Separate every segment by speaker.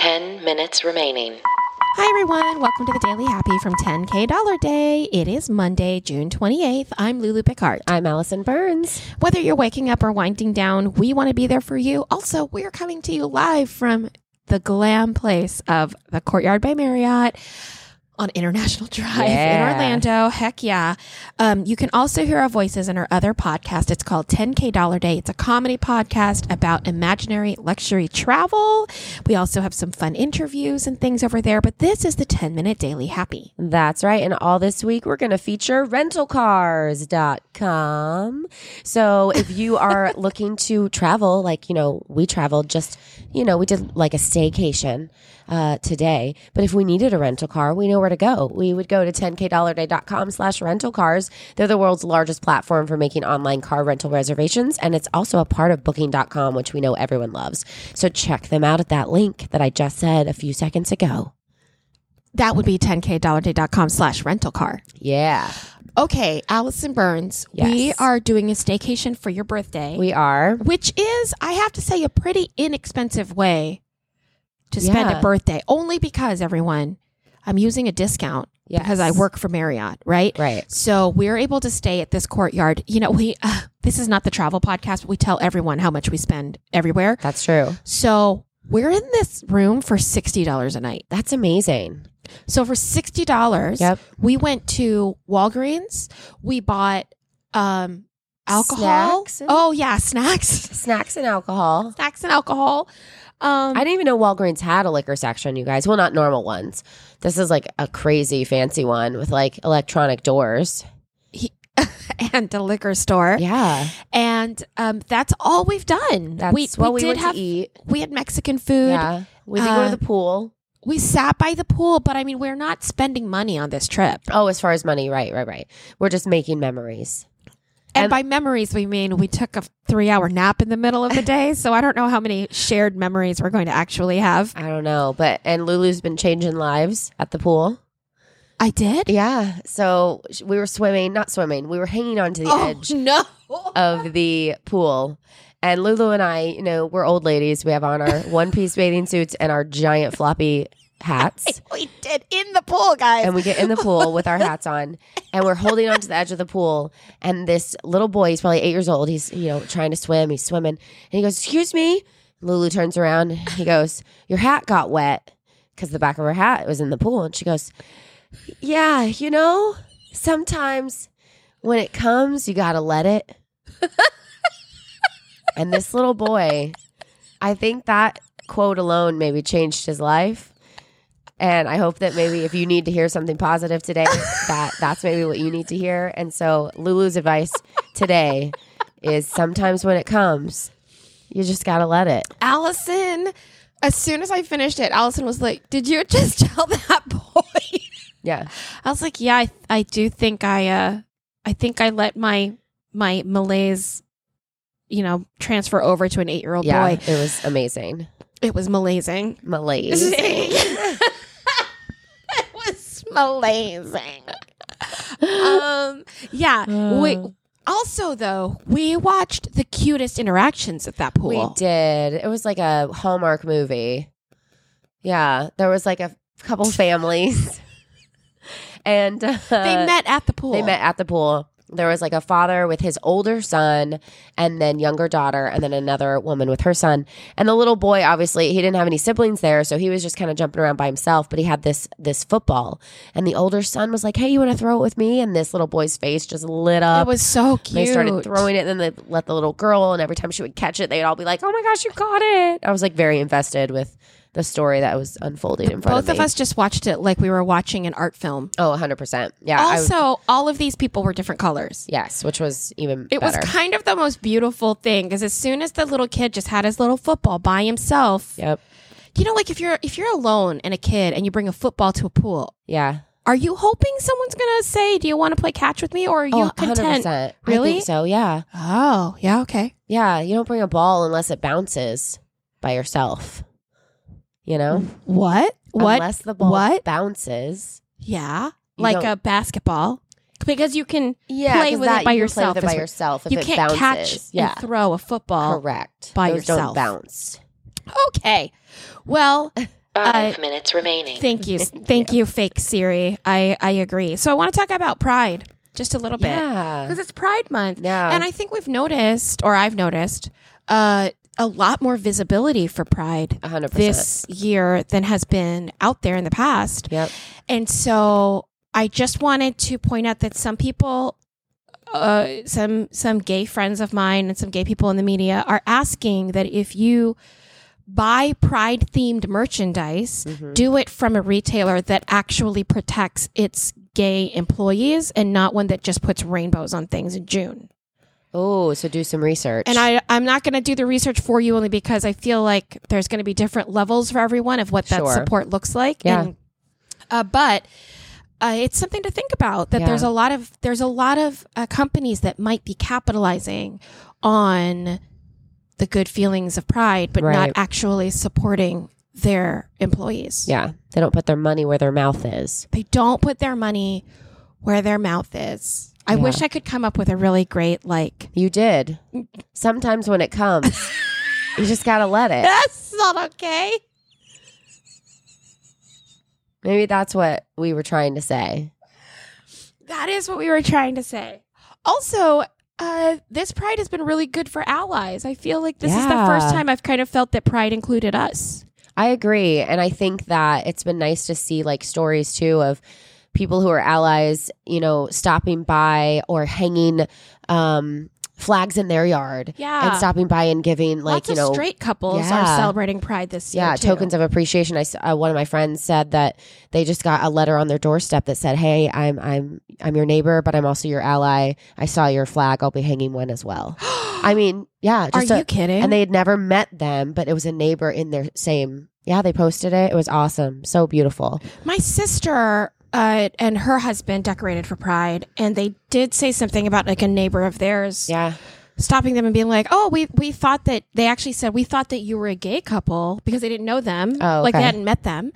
Speaker 1: 10 minutes remaining.
Speaker 2: Hi, everyone. Welcome to the Daily Happy from 10K Dollar Day. It is Monday, June 28th. I'm Lulu Picard.
Speaker 3: I'm Allison Burns.
Speaker 2: Whether you're waking up or winding down, we want to be there for you. Also, we're coming to you live from the glam place of the Courtyard by Marriott on International Drive
Speaker 3: Yeah.
Speaker 2: in Orlando. Heck yeah. Um, you can also hear our voices in our other podcast. It's called 10K Dollar Day. It's a comedy podcast about imaginary luxury travel. We also have some fun interviews and things over there, but this is the 10 minute daily happy.
Speaker 3: That's right. And all this week, we're going to feature rentalcars.com. So if you are looking to travel, like, you know, we traveled just, you know, we did like a staycation uh, today. But if we needed a rental car, we know where to go. We would go to 10kdollarday.com slash rental cars. They're the world's largest platform for making online car rental reservations. And it's also a part of booking.com, which we know everyone loves. So check them out at that link that I just said a few seconds ago.
Speaker 2: That would be 10kdollarday.com slash rental car.
Speaker 3: Yeah.
Speaker 2: Okay, Allison Burns, we
Speaker 3: Yes.
Speaker 2: are doing a staycation for your birthday,
Speaker 3: We are.
Speaker 2: which is, I have to say, a pretty inexpensive way to spend
Speaker 3: Yeah.
Speaker 2: a birthday, only because everyone, I'm using a discount because I
Speaker 3: Yes.
Speaker 2: work for Marriott, right?
Speaker 3: Right.
Speaker 2: So we're able to stay at this courtyard. You know, we, uh, this is not the travel podcast, but we tell everyone how much we spend everywhere.
Speaker 3: That's true.
Speaker 2: So we're in this room for $60 a night.
Speaker 3: That's amazing.
Speaker 2: So for sixty dollars,
Speaker 3: Yep.
Speaker 2: we went to Walgreens. We bought um, alcohol.
Speaker 3: Snacks and-
Speaker 2: oh yeah, snacks,
Speaker 3: Snacks and alcohol.
Speaker 2: snacks and alcohol. Um,
Speaker 3: I didn't even know Walgreens had a liquor section, you guys. Well, not normal ones. This is like a crazy fancy one with like electronic doors.
Speaker 2: and a liquor store,
Speaker 3: Yeah.
Speaker 2: and um, that's all we've done.
Speaker 3: That's what we, went
Speaker 2: have.
Speaker 3: to eat.
Speaker 2: We had Mexican food.
Speaker 3: Yeah. We did go
Speaker 2: Uh,
Speaker 3: to the pool.
Speaker 2: We sat by the pool, but I mean, we're not spending money on this trip.
Speaker 3: Oh, as far as money, right, right, right. We're just making memories.
Speaker 2: And,
Speaker 3: And-
Speaker 2: by memories, we mean we took a three-hour nap in the middle of the day. so I don't know how many shared memories we're going to actually have.
Speaker 3: I don't know. But, and Lulu's been changing lives at the pool.
Speaker 2: I did.
Speaker 3: Yeah. So sh- we were swimming, not swimming, we were hanging onto the
Speaker 2: oh
Speaker 3: edge.
Speaker 2: no.
Speaker 3: of the pool. And Lulu and I, you know, we're old ladies. We have on our one piece bathing suits and our giant floppy hats.
Speaker 2: We did in the pool, guys.
Speaker 3: And we get in the pool with our hats on and we're holding onto the edge of the pool. And this little boy, he's probably eight years old. He's, you know, trying to swim. He's swimming. And he goes, Excuse me. Lulu turns around. and He goes, Your hat got wet because the back of her hat was in the pool. And she goes, Yeah, you know, sometimes when it comes, you got to let it. and this little boy, I think that quote alone maybe changed his life. And I hope that maybe if you need to hear something positive today, that that's maybe what you need to hear. And so Lulu's advice today is sometimes when it comes, you just got to let it.
Speaker 2: Allison, as soon as I finished it, Allison was like, "Did you just tell that boy?"
Speaker 3: Yeah.
Speaker 2: I was like, "Yeah, I, I do think I, uh, I think I let my my malaise, you know, transfer over to an eight year old
Speaker 3: Yeah.
Speaker 2: boy.
Speaker 3: Oh, It was amazing.
Speaker 2: It was malaising.
Speaker 3: Malaise.
Speaker 2: it was malaising. um,
Speaker 3: Uh.
Speaker 2: yeah. Wait. Also, though, we watched the cutest interactions at that pool.
Speaker 3: We did. It was like a Hallmark movie. Yeah, there was like a couple families, and uh,
Speaker 2: They met at the pool.
Speaker 3: They met at the pool. There was like a father with his older son, and then younger daughter, and then another woman with her son. And the little boy, obviously, he didn't have any siblings there, so he was just kind of jumping around by himself. But he had this this football, and the older son was like, "Hey, you want to throw it with me?" And this little boy's face just lit
Speaker 2: It
Speaker 3: up.
Speaker 2: was so cute.
Speaker 3: They started throwing it, and then they let the little girl, and every time she would catch it, they'd all be like, "Oh my gosh, you got it!" I was like very invested with the story that was unfolding in front
Speaker 2: Both of
Speaker 3: me.
Speaker 2: us just watched it like we were watching an art film.
Speaker 3: Oh, 100 percent. Yeah. I was-
Speaker 2: Also, all of these people were different colors.
Speaker 3: yes, which was even
Speaker 2: It
Speaker 3: better.
Speaker 2: was kind of the most beautiful thing because as soon as the little kid just had his little football by himself,
Speaker 3: yep.
Speaker 2: you know, like if you're if you're alone and a kid and you bring a football to a pool,
Speaker 3: Yeah.
Speaker 2: are you hoping someone's gonna say, "Do you want to play catch with me?" Or are you
Speaker 3: Oh, 100
Speaker 2: content?
Speaker 3: percent. I
Speaker 2: Really?
Speaker 3: think so. Yeah.
Speaker 2: Oh, yeah, okay.
Speaker 3: Yeah. You don't bring a ball unless it bounces by yourself. You know,
Speaker 2: What? What?
Speaker 3: unless the ball
Speaker 2: What?
Speaker 3: bounces.
Speaker 2: yeah,
Speaker 3: You
Speaker 2: like
Speaker 3: don't-
Speaker 2: a basketball because you can
Speaker 3: Yeah,
Speaker 2: Play
Speaker 3: 'cause
Speaker 2: with it
Speaker 3: that-
Speaker 2: by
Speaker 3: you can play
Speaker 2: yourself
Speaker 3: with it
Speaker 2: is
Speaker 3: by
Speaker 2: what-
Speaker 3: yourself. If
Speaker 2: you
Speaker 3: it
Speaker 2: can't catch
Speaker 3: bounces. yeah,
Speaker 2: and throw a football.
Speaker 3: correct.
Speaker 2: by
Speaker 3: Those
Speaker 2: yourself.
Speaker 3: Don't bounce.
Speaker 2: Okay. Well,
Speaker 1: Five minutes remaining.
Speaker 2: Thank you. Thank you, fake Siri. I, I agree. So I want to talk about pride just a little bit.
Speaker 3: Yeah.
Speaker 2: Because it's Pride Month.
Speaker 3: Yeah.
Speaker 2: And I think we've noticed, or I've noticed, uh, a lot more visibility for Pride
Speaker 3: A hundred
Speaker 2: this year than has been out there in the past.
Speaker 3: Yep.
Speaker 2: And so I just wanted to point out that some people, uh, some some gay friends of mine and some gay people in the media are asking that if you buy pride themed merchandise, do it from a retailer that actually protects its gay employees and not one that just puts rainbows on things in June.
Speaker 3: Oh, so do some research.
Speaker 2: And I, I'm not going to do the research for you only because I feel like there's going to be different levels for everyone of what that
Speaker 3: Sure.
Speaker 2: support looks like.
Speaker 3: Yeah.
Speaker 2: And, uh, but uh, it's something to think about that
Speaker 3: Yeah.
Speaker 2: there's a lot of there's a lot of uh, companies that might be capitalizing on the good feelings of pride, but not
Speaker 3: Right.
Speaker 2: actually supporting their employees.
Speaker 3: yeah, they don't put their money where their mouth is.
Speaker 2: They don't put their money where their mouth is. I
Speaker 3: Yeah.
Speaker 2: wish I could come up with a really great like.
Speaker 3: You did. Sometimes when it comes, you just gotta let it.
Speaker 2: That's not okay.
Speaker 3: Maybe that's what we were trying to say.
Speaker 2: That is what we were trying to say. Also, uh, this pride has been really good for allies. I feel like this is the
Speaker 3: Yeah.
Speaker 2: first time I've kind of felt that pride included us.
Speaker 3: I agree. And I think that it's been nice to see like stories too of people who are allies, you know, stopping by or hanging um, flags in their yard
Speaker 2: Yeah.
Speaker 3: and stopping by and giving like,
Speaker 2: Lots
Speaker 3: you know,
Speaker 2: of straight couples are
Speaker 3: yeah.
Speaker 2: celebrating pride this year.
Speaker 3: yeah,
Speaker 2: too.
Speaker 3: tokens of appreciation. I s- uh, one of my friends said that they just got a letter on their doorstep that said, "Hey, I'm I'm I'm your neighbor, but I'm also your ally. I saw your flag. I'll be hanging one as well." I mean, yeah,
Speaker 2: Are
Speaker 3: just a-
Speaker 2: you kidding?
Speaker 3: and they had never met them, but it was a neighbor in their same. Yeah, they posted it. It was awesome. So beautiful.
Speaker 2: My sister uh, and her husband decorated for pride, and they did say something about like a neighbor of theirs
Speaker 3: Yeah.
Speaker 2: stopping them and being like, "Oh, we we thought that they actually said we thought that you were a gay couple because they didn't know them,
Speaker 3: Oh,
Speaker 2: like they
Speaker 3: okay.
Speaker 2: hadn't met them,"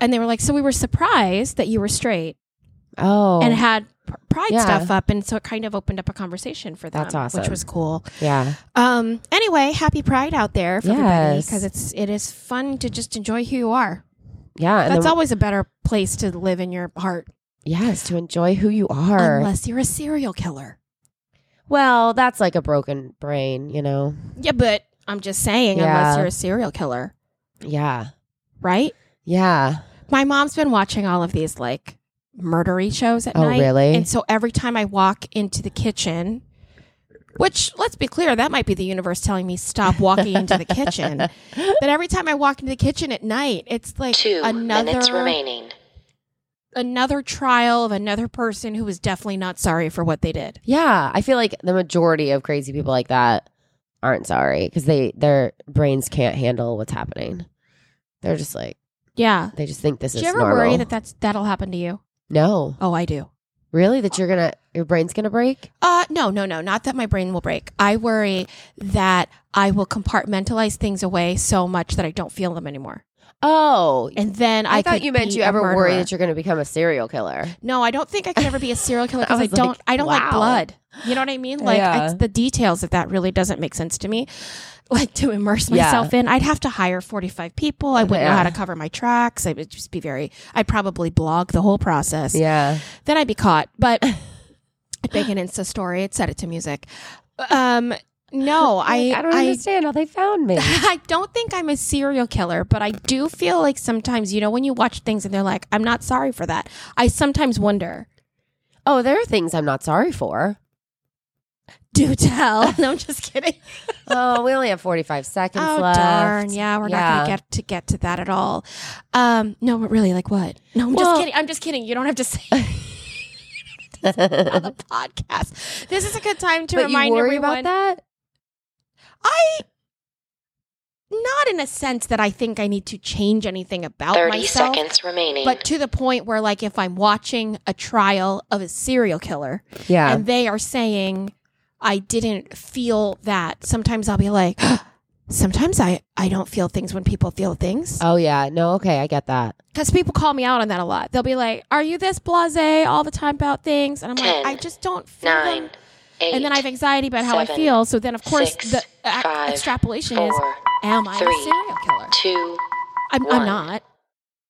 Speaker 2: and they were like, "So we were surprised that you were straight."
Speaker 3: Oh.
Speaker 2: and had pr- pride
Speaker 3: Yeah.
Speaker 2: stuff up and so it kind of opened up a conversation for them
Speaker 3: That's awesome.
Speaker 2: which was cool
Speaker 3: yeah.
Speaker 2: um anyway happy pride out there for everybody
Speaker 3: Yes.
Speaker 2: because it's it is fun to just enjoy who you are
Speaker 3: Yeah. And
Speaker 2: that's
Speaker 3: then-
Speaker 2: always a better place to live in your heart
Speaker 3: Yes, to enjoy who you are.
Speaker 2: unless you're a serial killer
Speaker 3: well, that's like a broken brain, you know.
Speaker 2: yeah but i'm just saying unless
Speaker 3: Yeah.
Speaker 2: you're a serial killer
Speaker 3: Yeah.
Speaker 2: right
Speaker 3: Yeah.
Speaker 2: my mom's been watching all of these like murdery shows at
Speaker 3: Oh,
Speaker 2: night
Speaker 3: really?
Speaker 2: and so every time i walk into the kitchen which let's be clear that might be the universe telling me stop walking into the kitchen but every time i walk into the kitchen at night it's like
Speaker 1: Two minutes
Speaker 2: another
Speaker 1: remaining.
Speaker 2: another trial of another person who was definitely not sorry for what they did
Speaker 3: Yeah, I feel like the majority of crazy people like that aren't sorry because they their brains can't handle what's happening. They're just like
Speaker 2: yeah
Speaker 3: they just think this
Speaker 2: do
Speaker 3: is
Speaker 2: you ever
Speaker 3: normal.
Speaker 2: worry that that's that'll happen to you
Speaker 3: no,
Speaker 2: oh i do
Speaker 3: really, that you're gonna your brain's gonna break.
Speaker 2: Uh, no, no, no, not that my brain will break. I worry that I will compartmentalize things away so much that I don't feel them anymore.
Speaker 3: Oh,
Speaker 2: And then I,
Speaker 3: I, thought
Speaker 2: could
Speaker 3: you meant
Speaker 2: be
Speaker 3: you
Speaker 2: a
Speaker 3: ever
Speaker 2: murderer.
Speaker 3: worry that you're gonna become a serial killer.
Speaker 2: No, I don't think I could ever be a serial killer because I,
Speaker 3: I was like,
Speaker 2: don't. I don't like
Speaker 3: wow.
Speaker 2: blood. You know what I mean? Like
Speaker 3: Yeah.
Speaker 2: it's the details of that really doesn't make sense to me. Like to immerse
Speaker 3: Yeah.
Speaker 2: myself in, I'd have to hire forty five people. I wouldn't know
Speaker 3: Yeah.
Speaker 2: how to cover my tracks. I would just be very. I'd probably blog the whole process.
Speaker 3: Yeah,
Speaker 2: Then I'd be caught. But I'd make an Insta story. I'd set it to music. Um, no, I
Speaker 3: I don't understand how they found me.
Speaker 2: I don't think I'm a serial killer, but I do feel like sometimes, you know, when you watch things and they're like, I'm not sorry for that. I sometimes wonder,
Speaker 3: oh, there are things I'm not sorry for.
Speaker 2: do tell. No, I'm just kidding.
Speaker 3: oh, we only have 45 seconds
Speaker 2: oh,
Speaker 3: left.
Speaker 2: darn. Yeah, we're not going to
Speaker 3: Yeah.
Speaker 2: get to get to that at all. Um, no, but really, like what? No, I'm just
Speaker 3: Well-
Speaker 2: kidding. I'm just kidding. You don't have to say it on the podcast. This is a good time to
Speaker 3: but
Speaker 2: remind
Speaker 3: you worry
Speaker 2: everyone
Speaker 3: about that?
Speaker 2: I not in a sense that I think I need to change anything about
Speaker 1: 30
Speaker 2: myself.
Speaker 1: seconds remaining.
Speaker 2: But to the point where, like, if I'm watching a trial of a serial killer
Speaker 3: Yeah.
Speaker 2: and they are saying, I didn't feel that, sometimes I'll be like, sometimes I, I don't feel things when people feel things.
Speaker 3: oh, yeah. No, okay, I get that.
Speaker 2: Because people call me out on that a lot. They'll be like, Are you this blase all the time about things? And I'm
Speaker 1: Ten,
Speaker 2: like, I just don't feel them."
Speaker 1: Nine, eight,
Speaker 2: and then I have anxiety about how I
Speaker 1: seven,
Speaker 2: feel. So then, of course,
Speaker 1: six,
Speaker 2: the a-
Speaker 1: five,
Speaker 2: extrapolation is,
Speaker 1: four,
Speaker 2: Am I a
Speaker 1: three,
Speaker 2: serial killer?
Speaker 1: two,
Speaker 2: I'm, I'm
Speaker 1: one.
Speaker 2: not.